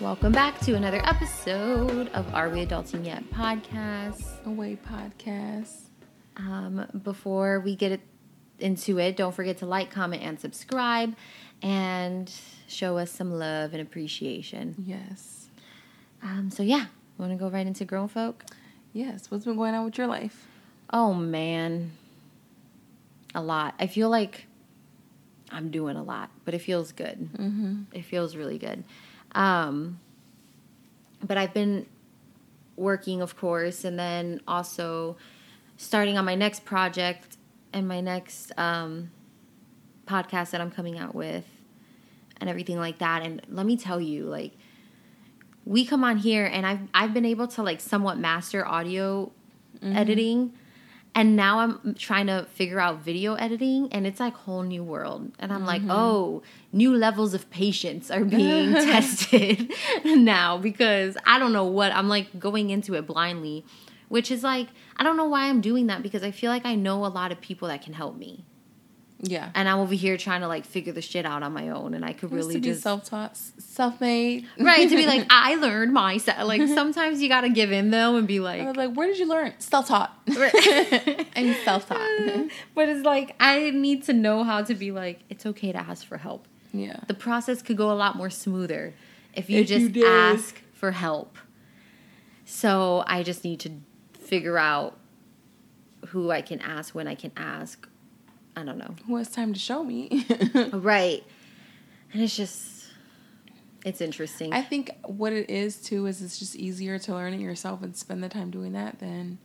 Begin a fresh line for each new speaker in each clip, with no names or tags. Welcome back to another episode of Are We Adulting Yet podcast.
Away podcast.
Um, before we get it- into it, don't forget to like, comment, and subscribe and show us some love and appreciation.
Yes.
Um, so, yeah, want to go right into grown folk?
Yes. What's been going on with your life?
Oh, man. A lot. I feel like I'm doing a lot, but it feels good.
Mm-hmm.
It feels really good. Um, but I've been working, of course, and then also starting on my next project and my next um, podcast that I'm coming out with and everything like that. And let me tell you, like, we come on here and I've, I've been able to like somewhat master audio editing. And now I'm trying to figure out video editing and it's like whole new world. And I'm
Mm-hmm.
like, oh, new levels of patience are being tested now because I don't know what I'm like going into it blindly, which is like I don't know why I'm doing that because I feel like I know a lot of people that can help me.
Yeah.
And I'm over here trying to like figure the shit out on my own and I could
Used
really
to be
just
self-taught, self-made.
right to be like I learned myself. Like sometimes you got to give in though and be like
I was like, where did you learn? Self-taught.
Right.
I'm self-taught.
but it's like I need to know how to be like it's okay to ask for help.
yeah.
The process could go a lot more smoother if you
If you
just
did.
ask for help. So I just need to figure out who I can ask when I can ask. I don't know.
Who has time to show me?
Right. And it's just it's interesting.
I think what it is too is it's just easier to learn it yourself and spend the time doing that than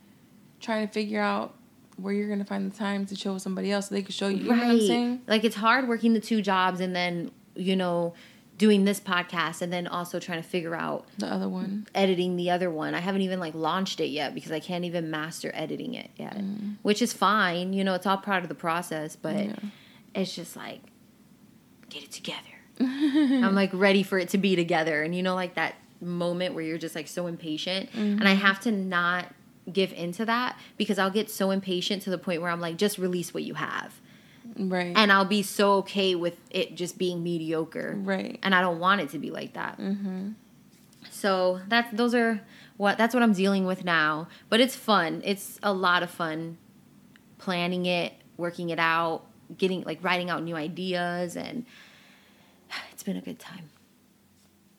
trying to figure out where you're gonna find the time to show somebody else so they can show you. You know what I'm saying?
Like it's hard working the two jobs and then, you know, doing this podcast and then also trying to figure out
The other one.
editing the other one. I haven't even like launched it yet because I can't even master editing it yet, which is fine. You know, it's all part of the process, but
Mm. Yeah.
it's just like get it together. I'm like ready for it to be together, and you know, like that moment where you're just like so impatient, and
Mm-hmm.
I have to not give into that because I'll get so impatient to the point where I'm like, just release what you have,
Right.
and I'll be so okay with it just being mediocre
right.
and I don't want it to be like that. So that's those are what that's what I'm dealing with now. But it's fun. It's a lot of fun planning it, working it out, getting like writing out new ideas, and it's been a good time.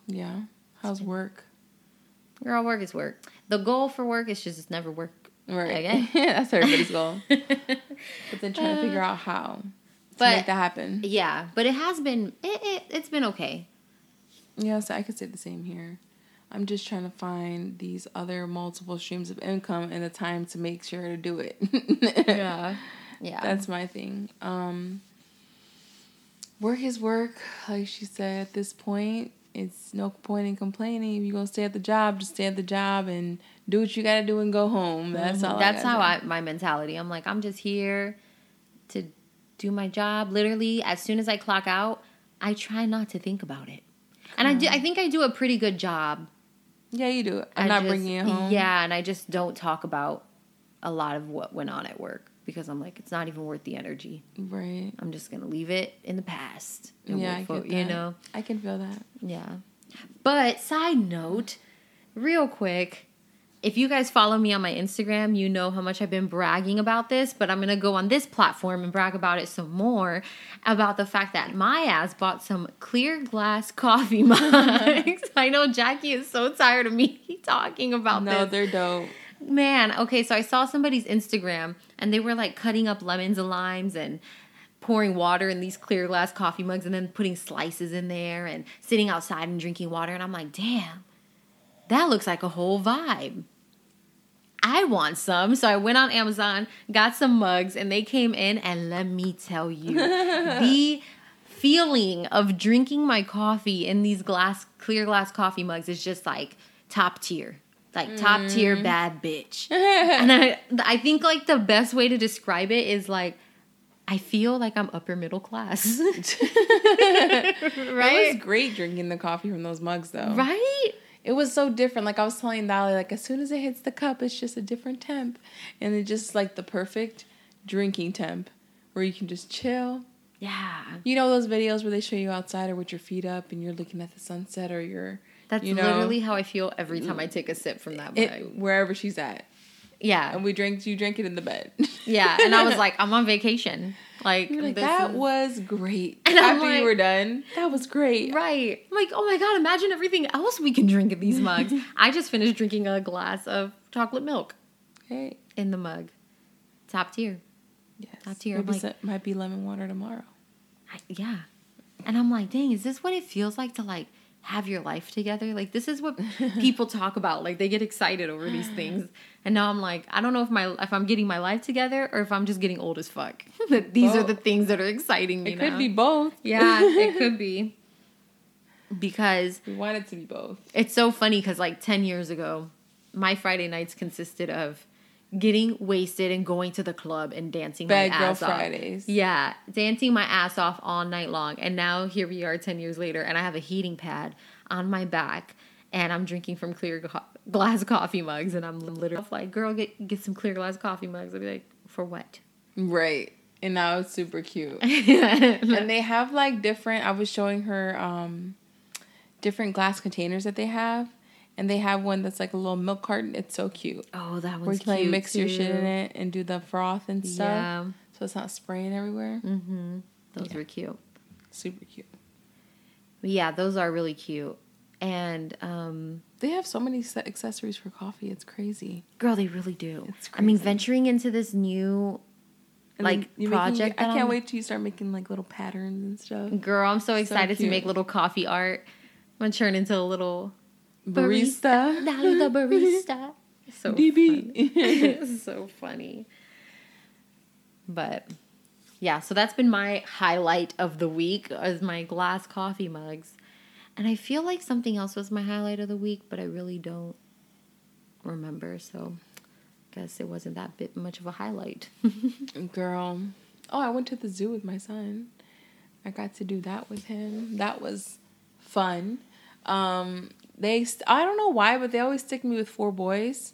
yeah. How's work?
Girl, work is work. The goal for work is just never work
Right.
again.
That's everybody's goal. But then trying to figure out how to
Uh, but-
make that happen.
yeah, but it has been it, it it's been okay.
Yeah, so I could say the same here. I'm just trying to find these other multiple streams of income and the time to make sure to do it.
Yeah, yeah.
That's my thing. Um work is work, like she said at this point. It's no point in complaining. If you're gonna stay at the job, just stay at the job and do what you gotta do and go home. That's all
Mm-hmm. That's how
gotta
I my mentality. I'm like, I'm just here to do my job. Literally, as soon as I clock out, I try not to think about it. And I do
Mm.
I think I do a pretty good job.
say. Yeah, you do it. I'm
I
not
just-
bringing it home.
Yeah, and I just don't talk about a lot of what went on at work because I'm like, it's not even worth the energy.
Right.
I'm just gonna leave it in the past. and
Yeah,
work
I
for-
get
you
that.
know.
I can feel that.
Yeah. But side note, real quick, if you guys follow me on my Instagram, you know how much I've been bragging about this, but I'm going to go on this platform and brag about it some more about the fact that my ass bought some clear glass coffee mugs. I know Jackie is so tired of me talking about
No,
this.
they're dope.
Man, okay, so I saw somebody's Instagram and they were like cutting up lemons and limes and pouring water in these clear glass coffee mugs and then putting slices in there and sitting outside and drinking water. And I'm like, damn, that looks like a whole vibe. I want some. So I went on Amazon, got some mugs, and they came in. And let me tell you, the feeling of drinking my coffee in these glass, clear glass coffee mugs is just like top tier. Like top tier bad bitch. and I, I think like the best way to describe it is like, I feel like I'm upper middle class.
It
right?
was great drinking the coffee from those mugs though.
Right?
It was so different. Like I was telling Dolly, like as soon as it hits the cup, it's just a different temp. And it's just like the perfect drinking temp where you can just chill.
Yeah.
You know those videos where they show you outside or with your feet up and you're looking at the sunset or you're
That's
You know?
literally how I feel every time I take a sip from that mug.
It, wherever she's at.
yeah.
And we drink, you drink it in the bed.
Yeah. And I was like, I'm on vacation. Like,
You're like,
this
that
is-
was great.
And I'm
After
like-
you were done, that was great.
Right. I'm like, oh my God, imagine everything else we can drink in these mugs. I just finished drinking a glass of chocolate milk
Hey,
in the mug. Top tier.
yes.
Up to your
Maybe
mic.
some- might be lemon water tomorrow.
I, yeah. And I'm like, dang, is this what it feels like to like have your life together? Like this is what people talk about. Like they get excited over these things. And now I'm like, I don't know if my if I'm getting my life together or if I'm just getting old as fuck. That these are
Both.
the things that are exciting me
it
now.
could be both.
Yeah, it could be. Because
we want it to be both.
it's so funny because like 10 years ago, my Friday nights consisted of getting wasted and going to the club and dancing
Bad
my
Girl
ass
Fridays.
off. Yeah, dancing my ass off all night long. And now here we are 10 years later and I have a heating pad on my back and I'm drinking from clear co- glass coffee mugs and I'm literally like, "Girl, get get some clear glass coffee mugs." I'd be like, "For what?" Oh,
Right. And now it's super cute. and they have like different i was showing her um different glass containers that they have and they have one that's like a little milk carton it's so cute
oh, that
where
one's
you can like
cute
mix your shit
too.
in it and do the froth and stuff
Yeah. Mm.
so it's not spraying everywhere
Those were cute.
super cute
Yeah, those are really cute. And um
they have so many se- accessories for coffee it's crazy
Girl, they really do.
It's
I mean,
crazy.
venturing into this new,
And
Like
then you're
project
making,
that
i can't
I'm-
wait till you start making like little patterns and stuff
girl, I'm so excited to
cute.
make little coffee art. I'm gonna turn into a little
barista
Now you're the barista. So
db
funny. so funny. But yeah, so that's been my highlight of the week is my glass coffee mugs. And I feel like something else was my highlight of the week, but I really don't remember. So I guess it wasn't that bit much of a highlight.
Girl. Oh, I went to the zoo with my son. I got to do that with him. That was fun. Um, they st- I don't know why, but they always stick me with four boys.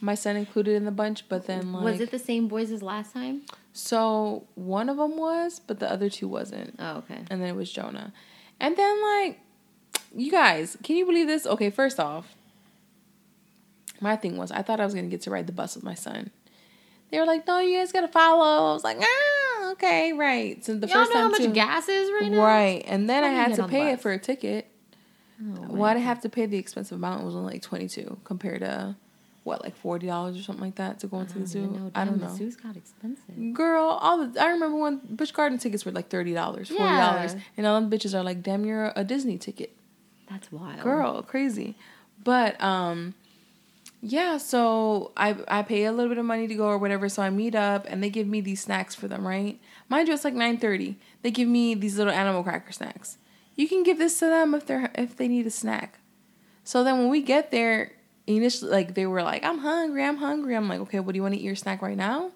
my son included in the bunch, but then like
was it the same boys as last time?
so one of them was, but the other two wasn't.
Oh, okay.
And then it was Jonah. And then like you guys, can you believe this? Okay, first off, my thing was I thought I was gonna get to ride the bus with my son. They were like, "No, you guys gotta follow." I was like, "Ah, okay, right." So the
Y'all
first
know how
time
much
too,
gas is right now?
right? And then
How
I
do you
had
get
to
on the
pay it
bus?
for a ticket.
Oh,
Why did I have to pay the expensive amount? It was only like twenty two compared to what, like forty dollars or something like that to go into the zoo. I don't know.
The zoo's got expensive.
Girl, all the I remember when Busch Garden tickets were like thirty dollars, forty dollars,
Yeah.
and all them bitches are like damn near a Disney ticket.
That's wild.
Girl, crazy, but um, yeah. So I I pay a little bit of money to go or whatever. So I meet up and they give me these snacks for them, right? Mind you, it's like nine thirty. They give me these little animal cracker snacks. You can give this to them if they're if they need a snack. So then when we get there, initially like they were like, "I'm hungry, I'm hungry." I'm like, "Okay, what do you want to eat your snack right now?"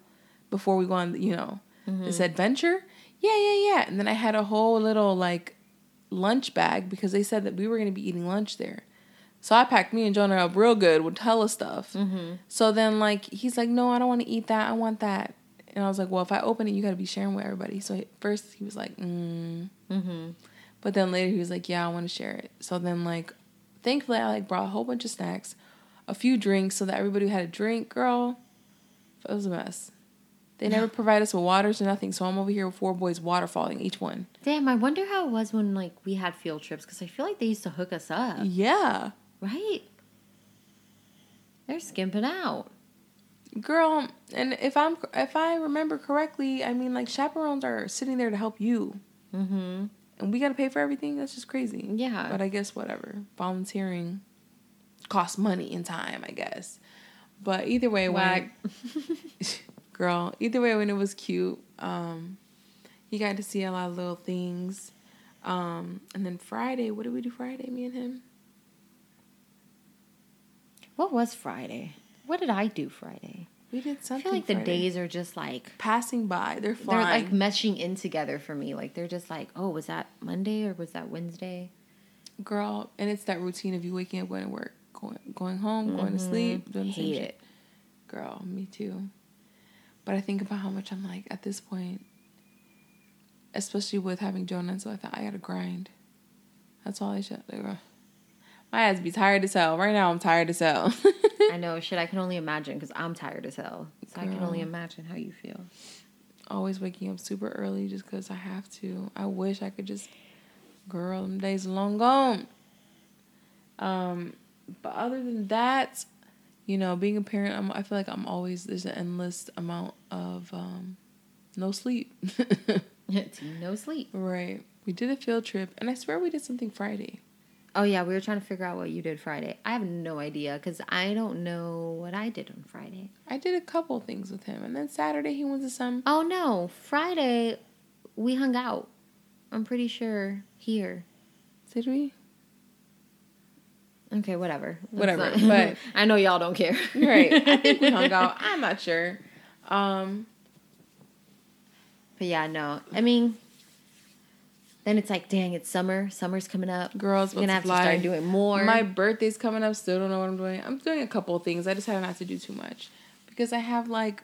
Before we go on, you know, this adventure. Yeah, yeah, yeah. And then I had a whole little like lunch bag because they said that we were going to be eating lunch there. So I packed me and Jonah up real good with hella stuff. So then like he's like, "No, I don't want to eat that. I want that." And I was like, "Well, if I open it, you got to be sharing with everybody." So he- first he was like, mm. But then later he was like, "Yeah, I want to share it." So then like, thankfully I like brought a whole bunch of snacks, a few drinks, so that everybody had a drink. Girl, it was a mess. They never provide us with waters or nothing. So I'm over here with four boys water falling each one.
Damn, I wonder how it was when like we had field trips because I feel like they used to hook us up,
Mm. Yeah,
right? They're skimping out.
girl. And if I'm if I remember correctly, I mean like chaperones are sitting there to help you,
Mm-hmm.
and we got to pay for everything. That's just crazy.
Yeah.
But I guess whatever. Volunteering costs money and time, I guess. But either way,
Whack.
when girl, either way when it was cute, um, you got to see a lot of little things. Um, and then Friday, what did we do Friday, me and him?
What was Friday? What did I do Friday?
We did
I
something.
feel like the
Friday.
days are just like
passing by, they're
they're
flying.
like meshing in together for me. Like they're just like, oh, was that Monday or was that Wednesday?
girl, and it's that routine of you waking up, going to work, going going home, going to sleep, doing the same
Hate
shit.
it.
Girl, me too. But I think about how much I'm like at this point, especially with having Jonah. So I thought I gotta grind. That's all I should. Like, ugh. My ass be tired as hell. Right now, I'm tired as hell.
I know shit. I can only imagine because I'm tired as hell. So I can
Girl.
only imagine how you feel.
Always waking up super early just because I have to. I wish I could just. Girl, them days are long gone. Um, but other than that, you know, being a parent, I'm, I feel like I'm always there's an endless amount of um, no sleep.
It's no sleep.
right. We did a field trip, and I swear we did something Friday.
Oh yeah, we were trying to figure out what you did Friday. I have no idea because I don't know what I did on Friday.
I did a couple things with him, and then Saturday he went to some.
Oh no, Friday we hung out. I'm pretty sure here.
Did we?
Okay, whatever. That's
Whatever,
not-
but-
I know y'all don't care.
Right. I think we hung out. I'm not sure. Um,
But yeah, no. I mean, then it's like, dang, it's summer. Summer's coming up.
girls,
You're gonna have to
fly.
start doing more.
My birthday's coming up. Still don't know what I'm doing. I'm doing a couple of things. I decided not to do too much because I have like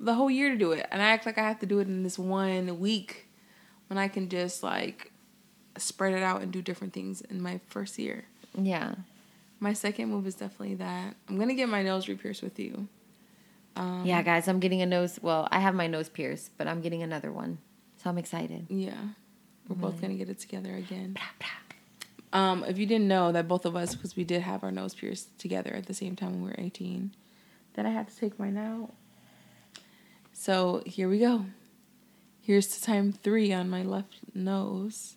the whole year to do it, and I act like I have to do it in this one week when I can just like spread it out and do different things in my first year.
yeah.
My second move is definitely that I'm gonna get my nails repierced with you. Um,
yeah, guys, I'm getting a nose. Well, I have my nose pierced, but I'm getting another one. So I'm excited.
Yeah. We're both gonna get it together again.
Blah, blah.
Um, if you didn't know that both of us, because we did have our nose pierced together at the same time when we were 18, that I had to take mine out. So here we go. Here's to time three on my left nose.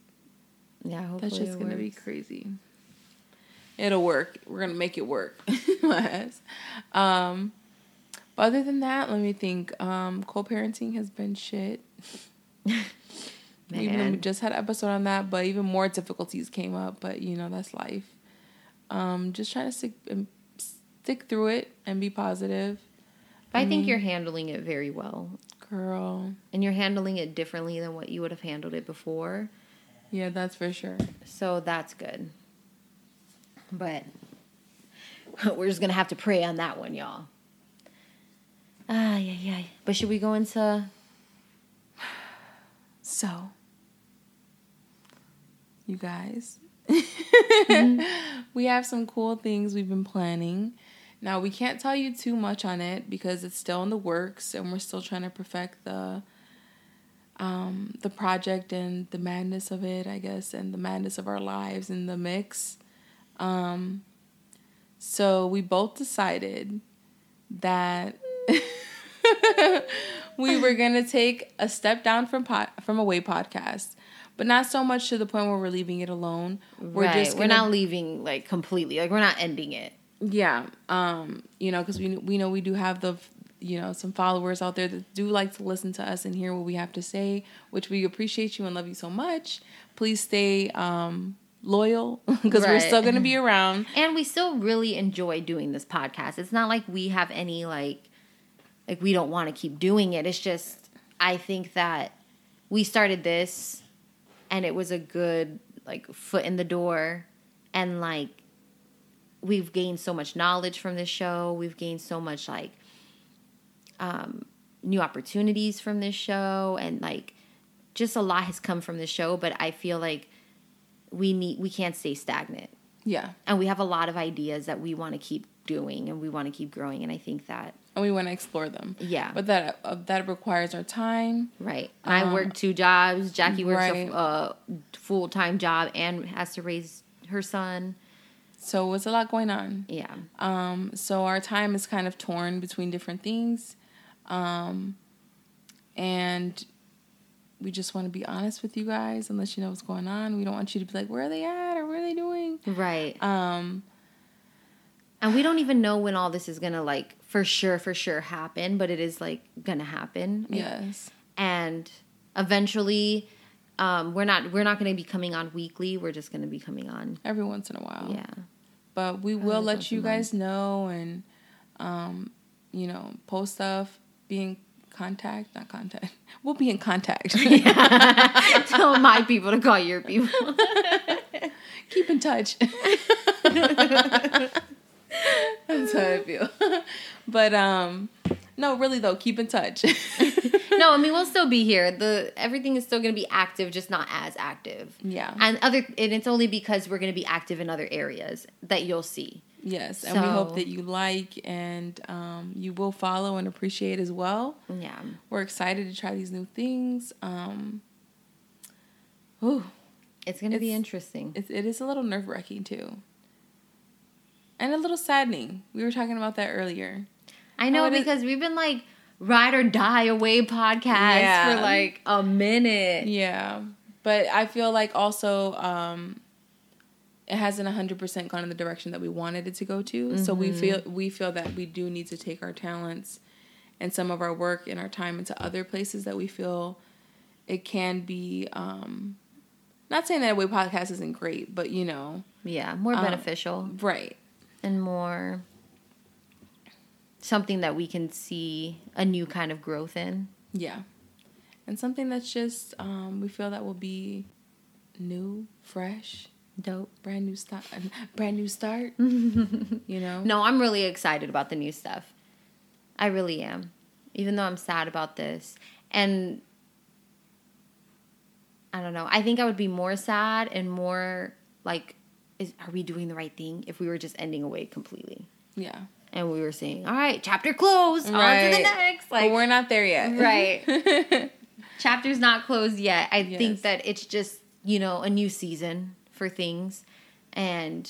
Yeah, hopefully.
That's just
it
gonna be
works.
crazy. It'll work. We're gonna make it work. My ass. um, but other than that, let me think. Um, co-parenting has been shit. Even though we
Man.
just had an episode on that, but even more difficulties came up. But you know, that's life. Um, just trying to stick um, stick through it and be positive,
But I think you're handling it very well.
girl.
And you're handling it differently than what you would have handled it before.
Yeah, that's for sure.
So that's good. But we're just gonna have to pray on that one, y'all. Ah, yeah, yeah. But should we go into?
So, you guys, we have some cool things we've been planning. Now, we can't tell you too much on it because it's still in the works and we're still trying to perfect the um the project and the madness of it, I guess, and the madness of our lives in the mix. Um so we both decided that we were gonna take a step down from pod, from away podcast, but not so much to the point where we're leaving it alone.
We're right. we're not leaving like completely. Like we're not ending it.
yeah, um, you know, because we we know we do have the you know some followers out there that do like to listen to us and hear what we have to say, which we appreciate you and love you so much. Please stay um, loyal because we're
Right.
still gonna be around.
And we still really enjoy doing this podcast. It's not like we have any like like we don't want to keep doing it. It's just I think that we started this and it was a good like foot in the door and like we've gained so much knowledge from this show. We've gained so much like um new opportunities from this show and like just a lot has come from this show, but I feel like we need we can't stay stagnant
Yeah,
and we have a lot of ideas that we want to keep doing and we want to keep growing and i think that
and we want to explore them.
yeah
But that uh, that requires our time.
right Um, i work two jobs jackie works a
right.
f- a full-time job and has to raise her son
So it's a lot going on.
yeah
Um, so our time is kind of torn between different things. Um, and we just want to be honest with you guys and let you know what's going on. We don't want you to be like, where are they at or what are they doing?
right
Um,
and we don't even know when all this is gonna like for sure for sure happen but it is like gonna happen
yes.
and eventually um, we're not we're not gonna be coming on weekly we're just gonna be coming on
Every once in a while.
yeah
But we
Probably
will
once
let
a
you
month.
guys know and, um, you know, post stuff, be in contact, not contact. We'll be in contact.
tell my people to call your people
keep in touch. That's how I feel. But um no, really though, keep in touch.
no, I mean we'll still be here. The everything is still going to be active, just not as active.
Yeah.
And other, and it's only because we're going to be active in other areas that you'll see.
Yes, and we hope
So-
that you like and um, you will follow and appreciate as well.
Yeah.
We're excited to try these new things. Um, ooh,
It's going to be
It's-
interesting.
it, it is a little nerve wracking too, and a little saddening. We were talking about that earlier.
I know
it is-
because we've been like ride or die away podcast
Yeah.
for like a minute.
Yeah, but I feel like also um, it hasn't hundred percent gone in the direction that we wanted it to go to. So we feel we feel that we do need to take our talents and some of our work and our time into other places that we feel it can be. Um, not saying that way podcast isn't great, but you know,
Yeah, more
Um,
beneficial
right?
and more something that we can see a new kind of growth in.
Yeah, and something that's just um, we feel that will be new, fresh,
Dope.
brand new start, brand new start. you know,
No, I'm really excited about the new stuff. I really am. Even though I'm sad about this. And I don't know. I think I would be more sad and more like is are we doing the right thing if we were just ending away completely?
yeah.
and we were saying, "All right, chapter closed. On to the
Right.
next."
but we're
Like,
not there yet.
Right. chapter's not closed yet. I
Yes.
think that it's just you know a new season for things, and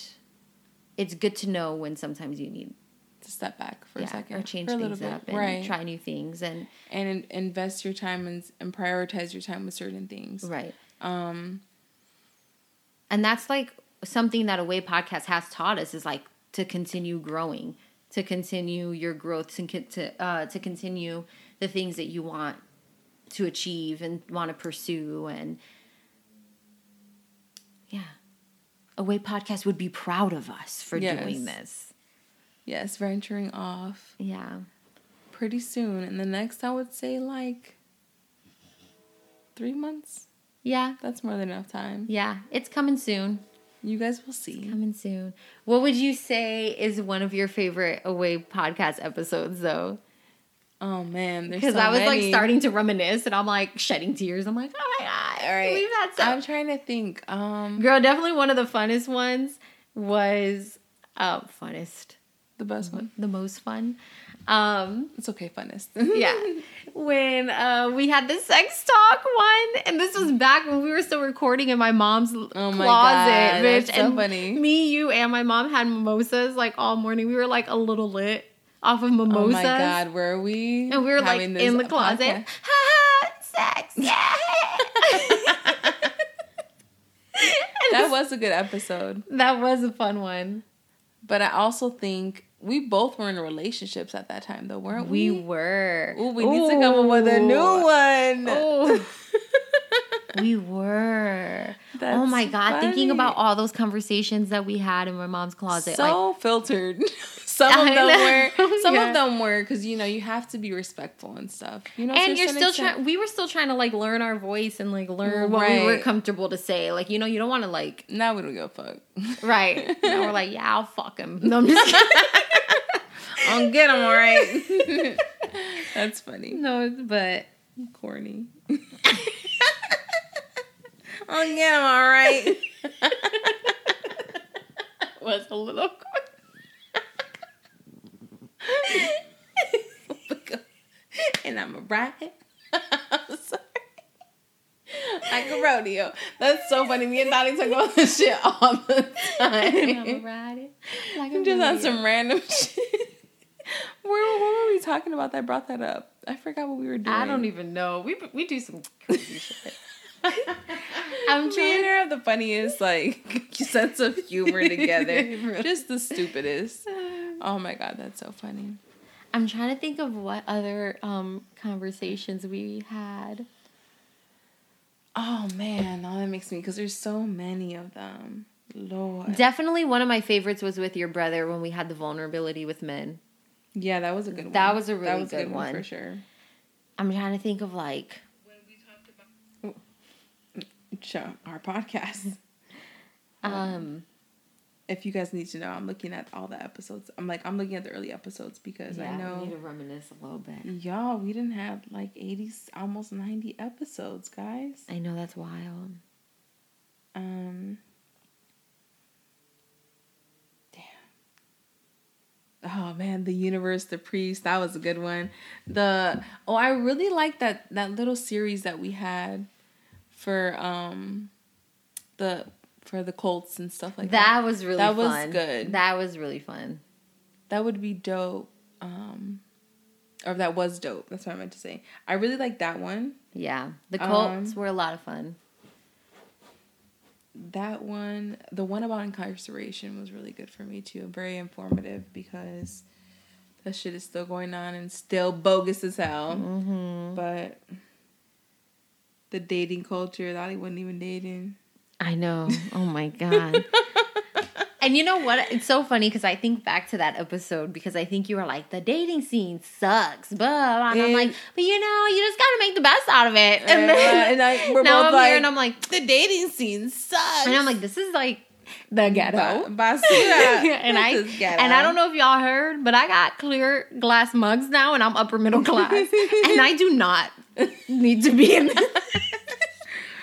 it's good to know when sometimes you need
to step back for
yeah,
a second.
or change
for a little
things up
bit.
and
right.
try new things and
And in- invest your time and, and prioritize your time with certain things.
right.
Um,
and that's like something that away podcast has taught us is like to continue growing to continue your growth to con- to, uh, to continue the things that you want to achieve and want to pursue and yeah away podcast would be proud of us for
Yes.
doing this
yes, venturing off
yeah
pretty soon. And the next, I would say, like three months.
yeah
That's more than enough time.
yeah it's coming soon
You guys will see.
coming soon what would you say is one of your favorite away podcast episodes though
Oh man, there's
Because
so
I was like
many.
starting to reminisce and I'm like shedding tears. I'm like, oh my God.
All right.
We've had so
I'm trying to think. Um,
Girl, definitely one of the funnest ones was uh, funnest,
the best one.
the most fun. Um,
It's okay, funnest.
yeah. when uh, we had the sex talk one, and this was back when we were still recording in my mom's oh
Oh
closet,
my God,
bitch.
that's so
and
funny.
me, you, and my mom had mimosas like all morning. We were like a little lit off of mimosas.
Oh my god, were we?
And we were like
having this
in the closet.
podcast?
Ha ha, sex. Yeah.
That was a good episode.
that was a fun one.
But I also think we both were in relationships at that time, though, weren't we?
We were.
Ooh, we need to come up with a new one.
Ooh. we were. oh
That's
my god, thinking
funny.
about all those conversations that we had in my mom's closet. like,
so filtered. some of
I
them
know.
were. Some
Yeah.
of them were because you know you have to be respectful and stuff. You know, to a
and you're
certain
still
extent-
trying. We were still trying to like learn our voice and like learn what we were
Right.
comfortable to say. Like you know, you don't want to like
Now we don't give a fuck.
right. and we're like, yeah, I'll fuck him. No, I'm just kidding.
I'm good. I'm all right. That's funny.
no, but
Corny.
Oh,
I'm good. I'm all right.
was a little quick.
and I'm a ride. I'm sorry. Like a rodeo. That's so funny. Me and Donnie talk about this shit all the time.
Like
I'm just on some random shit. Where, what were we talking about that brought that up? I forgot what we were doing.
I don't even know. We we do some crazy shit.
I'm
I'm
trying
trying-
to have the funniest like sense of humor together.
Really.
just the stupidest. Oh my god, that's so funny.
I'm trying to think of what other um conversations we had.
Oh man, all that makes me because there's so many of them. Lord.
Definitely one of my favorites was with your brother when we had the vulnerability with men.
Yeah, that was a good one.
That was a really good one.
for sure.
I'm trying to think of like
Show our podcast.
um
if you guys need to know, I'm looking at all the episodes. I'm like, I'm looking at the early episodes because I
we need
know Mm.
to reminisce a little bit.
y'all. We didn't have like 80, almost 90 episodes, guys.
I know that's wild.
Um. Damn. Oh man, the universe, the priest, that was a good one. The oh, I really like that that little series that we had for um the for the Colts and stuff like that.
that was really
That was
fun.
good.
That was really fun.
That would be dope. Um or that was dope. That's what I meant to say. I really like that one.
Yeah, the
Um,
Colts were a lot of fun.
that one the one about incarceration was really good for me too very informative because that shit is still going on and still bogus as hell
Mm-hmm.
but the dating culture that he wasn't even dating
I know. Oh my god. and you know what? It's so funny because I think back to that episode because I think you were like, the dating scene sucks, blah, blah. And I'm
And-
like, but you know, you just gotta make the best out of it. And
And,
then
uh, and I- we're
now
both
I'm
like-
here and I'm like,
the dating scene sucks
and I'm like, this is like the ghetto. and I and I don't know if y'all heard, but I got clear glass mugs now, and I'm upper middle class, and I do not need to be in. that.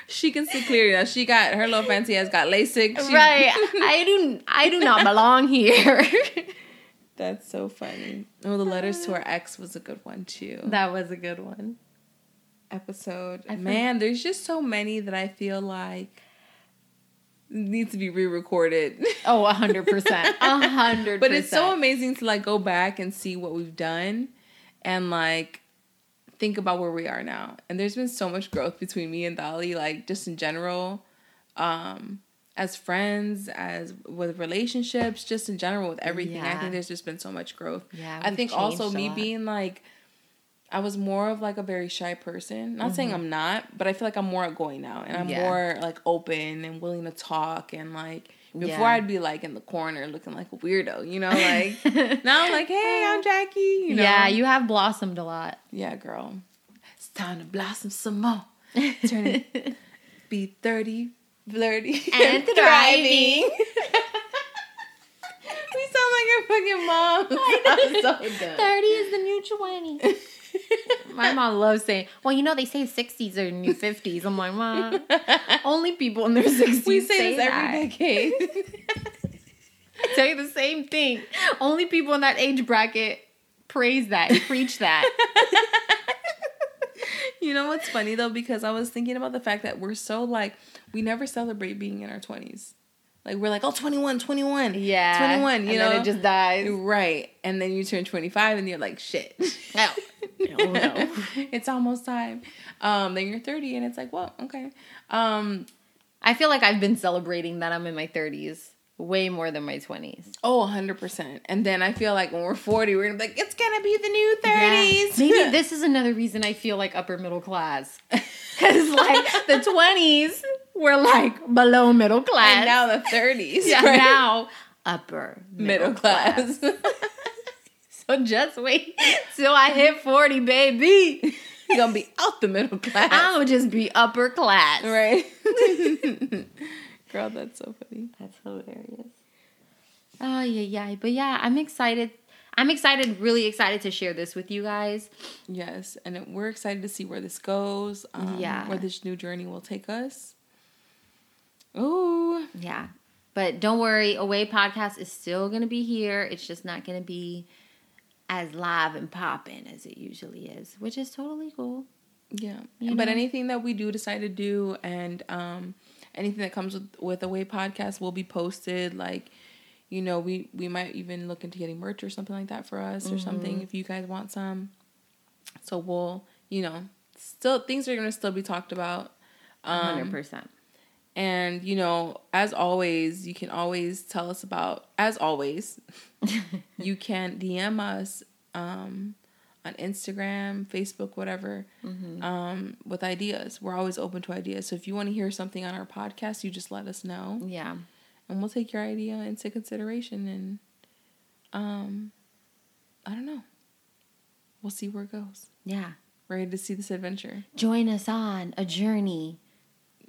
she can see clearly now she got her little fancy ass got lasik she,
right? I do. I do not belong here.
that's so funny oh the letters to our ex was a good one too
that was a good one.
episode.
I
Man, there's just so many that I feel like need to be re-recorded.
Oh, a hundred percent, a hundred.
but it's so
percent.
amazing to like go back and see what we've done and like think about where we are now. And there's been so much growth between me and Dolly, like just in general, um, as friends, as with relationships, just in general with everything. I
Yeah.
think there's just been so much growth.
Yeah,
I
we've
think also
changed a
me
lot.
being like I was more of like a very shy person. Not saying I'm not, but I feel like I'm more outgoing now and I'm
Mm-hmm. Yeah.
more like open and willing to talk and like before
Yeah.
I'd be like in the corner looking like a weirdo, you know, like now I'm like, hey, I'm Jackie. You know?
Yeah, you have blossomed a lot.
Yeah, girl. It's time to blossom some more. Turn it be 30, flirty,
And thriving.
we sound like your fucking mom. I'm so done.
Thirty is the new twenty. My mom loves saying, "Well, you know, they say sixties are the new 50s. I'm like, "Mom, only people in their sixties
we say, this
that.
every decade.
tell you the same thing. Only people in that age bracket praise that, and preach that.
you know what's funny though? Because I was thinking about the fact that we're so like, we never celebrate being in our 20s. Like, we're like, oh, 21, 21.
Yeah,
21, you
and
know?
then it just dies.
Right. And then you turn 25 and you're like, shit.
No. No, no.
it's almost time. Um, then you're 30 and it's like, well, okay. Um,
I feel like I've been celebrating that I'm in my 30s way more than my 20s.
oh, 100%. And then I feel like when we're 40, we're going to be like, it's going to be the new 30s.
Maybe this is another reason I feel like upper middle class. Because, like, the 20s were like below middle class.
and now the 30s.
yeah,
right?
now upper
middle, class.
So just wait till I hit 40, baby.
you're going to be out the middle class.
I'll just be upper class.
Right. Girl, that's so funny.
That's hilarious. Oh yeah, yeah. But yeah, I'm excited. I'm excited, really excited to share this with you guys.
Yes, and it- we're excited to see where this goes. Um,
Yeah.
Where this new journey will take us. Ooh.
Yeah. But don't worry, Away Podcast is still gonna be here. It's just not gonna be as live and popping as it usually is, which is totally cool.
Yeah.
You
but
know?
anything that we do decide to do and um anything that comes with with away podcast will be posted like you know, we we might even look into getting merch or something like that for us or
Mm-hmm.
something if you guys want some. So we'll, you know, still things are going to still be talked about. Um
Hundred percent.
And, you know, as always, you can always tell us about, as always, you can DM us um, on Instagram, Facebook, whatever, um, with ideas. We're always open to ideas. So if you want to hear something on our podcast, you just let us know
Yeah.
and we'll take your idea into consideration. And um, I don't know. We'll see where it goes.
Yeah.
Ready to see this adventure.
Join us on a journey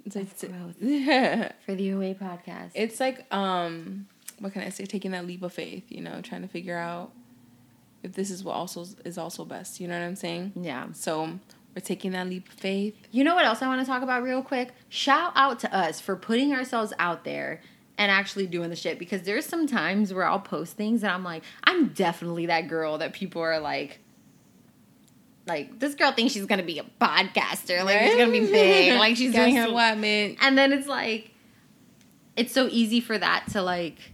It's like,
growth.
yeah.
for the Away Podcast.
It's like um what can I say? Taking that leap of faith, you know, trying to figure out if this is what also is also best. You know what I'm saying?
Yeah.
So we're taking that leap of faith.
You know what else I want to talk about real quick? Shout out to us for putting ourselves out there and actually doing the shit because there's some times where I'll post things and I'm like, I'm definitely that girl that people are like like this girl thinks she's gonna be a podcaster, like she's gonna be big, like she's
Guess
doing her
what, man?
and then it's like it's so easy for that to like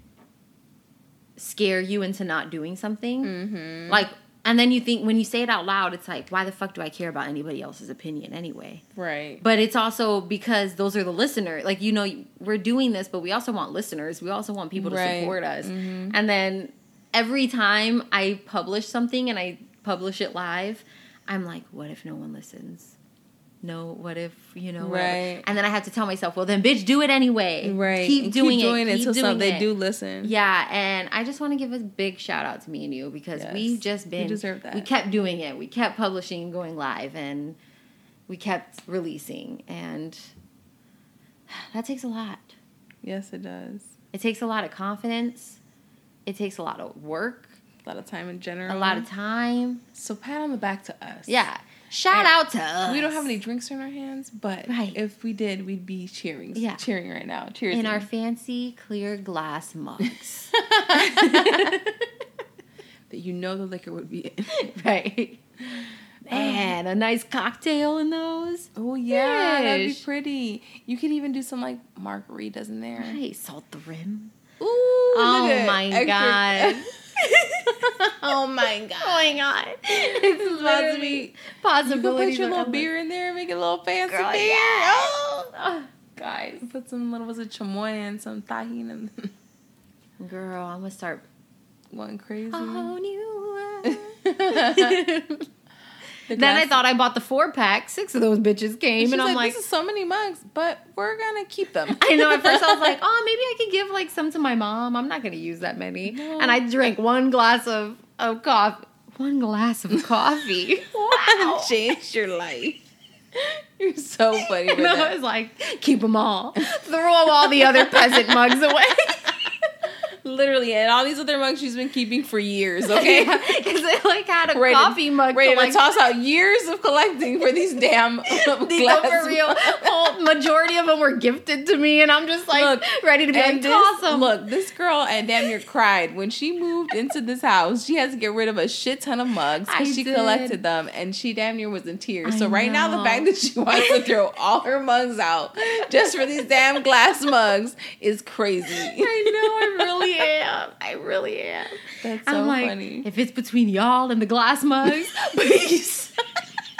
scare you into not doing something
Mm-hmm.
like and then you think when you say it out loud it's like why the fuck do i care about anybody else's opinion anyway
Right.
but it's also because those are the listener like you know we're doing this but we also want listeners we also want people to
Right.
support us
Mhm.
and then every time i publish something and i publish it live i'm like what if no one listens no what if you know whatever.
Right.
and then i have to tell myself well then bitch do it anyway
Right.
keep
And
doing it
doing it
keep
till
doing
some- they
it.
do listen.
Yeah, and I just want to give a big shout out to me and you because
Yes.
we've just
You
been
deserve that.
we kept doing it. We kept publishing and going live and we kept releasing and that takes a lot.
Yes, it does.
It takes a lot of confidence. It takes a lot of work,
A lot of time in general.
a lot of time.
So pat on the back to us.
Yeah. Shout
And
out to us.
We don't have any drinks in our hands, but
Right.
if we did, we'd be cheering.
Yeah.
Cheering right now. Cheers.
in our fancy clear glass mugs.
that you know the liquor would be in.
right. Um, Man, a nice cocktail in those.
Oh yeah, that'd be
Yes.
pretty. You could even do some like margaritas in there.
Right. Salt the rim.
Ooh,
Oh
look at
my
extra-
God.
oh my
Oh my god. It's about to
Literally,
be
You could put
possibilities.
your
of-
little
I'm like,
beer in there, and make it a little fancy
Girl,
beer.
yes.
Oh.
"Oh, guys.
Put some little was it chamoy and some tahini and
Girl, I'm gonna start
going crazy.
a whole new world.
The
then I
glass-
thought I bought the four pack. Six of those bitches came,
She's
and I'm
like,
like,
this is so many mugs, but we're gonna keep them.
I know. At first, I was like, oh, maybe I could give like some to my mom. I'm not gonna use that many.
No.
And I drank one glass of of coffee. One glass of coffee.
wow, changed your life. You're so funny with
and I
it.
was like, keep them all. Throw all the other peasant mugs away.
Literally, and all these other mugs she's been keeping for years. Okay,
because they like had a
Ready-
coffee mug
ready
to like
to toss out years of collecting for these damn
these
glass
were real.
mugs.
Whole majority of them were gifted to me, and I'm just like
Look,
ready to be like
And
toss
this,
them.
look, this girl and damn near cried when she moved into this house. She has to get rid of a shit ton of mugs
I
because she
did.
collected them, and she damn near was in tears.
I
so right now, the
know.
fact that she wants to throw all her mugs out just for these damn glass mugs is crazy.
I know I really am. I really am.
That's so
I'm like,
funny.
if it's between y'all and the glass mugs, peace.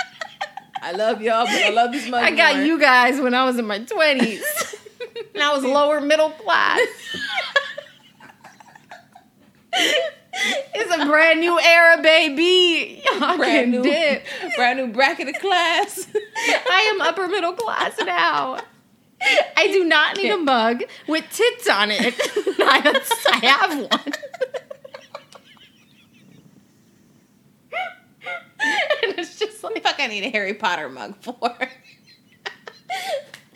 I love y'all, but I love these mugs.
I got
more.
you guys when I was in my twenties, and I was lower middle class. it's a brand new era, baby. Y'all
Brand
can
new,
dip.
brand new bracket of class.
I am upper middle class now. I do not need a mug with tits on it. I, I have one. and it's just like,
fuck, I need a Harry Potter mug for.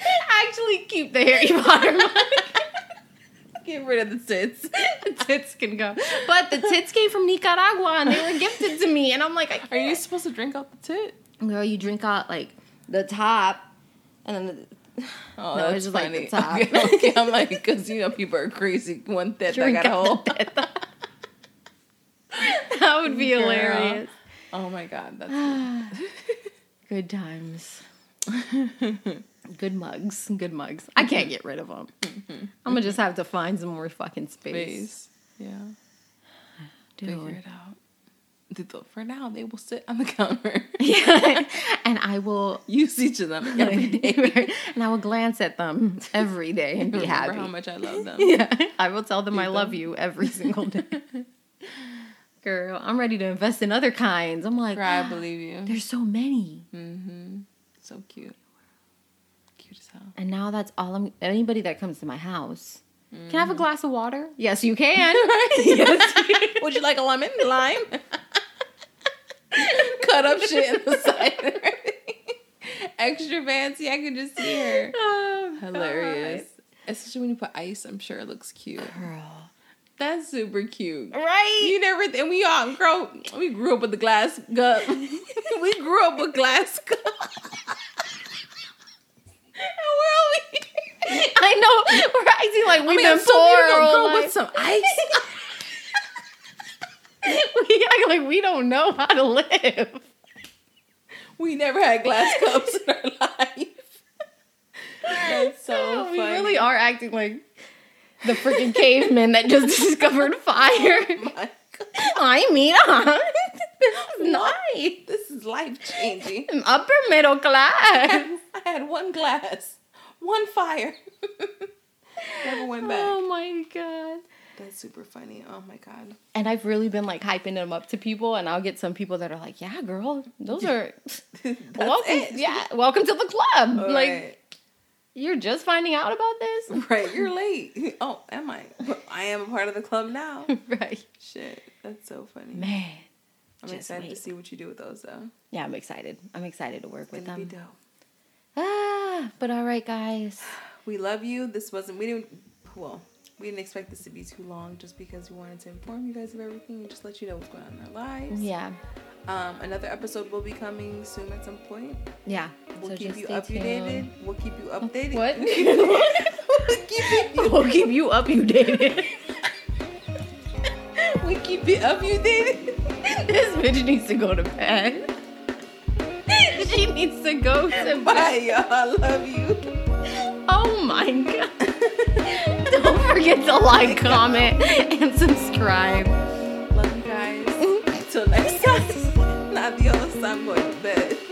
I actually keep the Harry Potter mug.
Get rid of the tits.
the tits can go. But the tits came from Nicaragua and they were gifted to me. And I'm like, I
Are you
can't.
supposed to drink out the tit?
Girl, you drink out like the top and then the.
Oh,
No, it's
that's
just, like, the
funny.
top.
Okay, okay, I'm like, because you know people are crazy. One that I
drink
got a
out
hole.
the teta. that would be
Girl.
hilarious.
Oh my god, that's.
Good times. Good mugs. Good mugs. I can't get rid of them. I'm gonna just have to find some more fucking space.
Face. Yeah. Figure
Dude.
it out. Th- th- For now, they will sit on the counter.
Yeah. and I will.
Use each of them every day.
and I will glance at them every day and be
Remember how
happy.
much I love them.
Yeah, I will tell them I
Eat
love
them.
you every single day. Girl, I'm ready to invest in other kinds. I'm like, "Ah,
Girl, I believe you.
there's so many.
Mm-hmm. So cute. Cute as hell.
And now that's all I'm. Anybody that comes to my house, can I have a
Mm.
glass of water? Yes, you can.
Would you like a lemon? Lime? Cut up shit in the side. and everything. Extra fancy. I can just see her.
Oh,
Hilarious. Especially when you put ice, I'm sure it looks cute.
God. Girl,
That's super cute.
Right?
You never th- and we all grow we grew up with the glass cup. we grew up with glass cup. and we're only
I know. We're acting like we've
I mean,
been
I'm
poor.
so we
our
gonna
whole
grow up
life.
with some ice.
we act like we don't know how to live.
we never had glass cups in our life. That's so
we
funny.
really are acting like the freaking cavemen that just discovered fire.
My God.
I mean, uh, nice.
This is life changing.
Upper middle class.
I had one glass, one fire. Never went back.
Oh my god.
That's super funny. Oh my god.
And I've really been like hyping them up to people, and I'll get some people that are like, "Yeah, girl, those are
That's
welcome.
it.
Yeah, welcome to the club.
All
like,
right.
you're just finding out about this,
Right, you're late. Oh, am I? But I am a part of the club now.
right?
Shit, that's so funny.
Man,
I'm
just
excited to
wait.
see what you do with those though.
yeah, I'm excited. I'm excited to work with
It'll be
them.
dope.
Ah, but all right, guys.
We love you. This wasn't. We didn't. Well, we didn't expect this to be too long, just because we wanted to inform you guys of everything and just let you know what's going on in our lives.
Yeah,
Um, another episode will be coming soon at some point.
yeah.
We'll
so
keep
just
you
stay
updated.
tuned.
We'll keep you updated.
What?
we'll keep you.
we'll keep you updated.
We keep you updated.
this bitch needs to go to bed. she needs to go to bed.
Bye, y'all. I love you.
Oh my god. Don't forget to like, comment, and subscribe.
Love you guys. Till next time. Adios. I'm going to bed.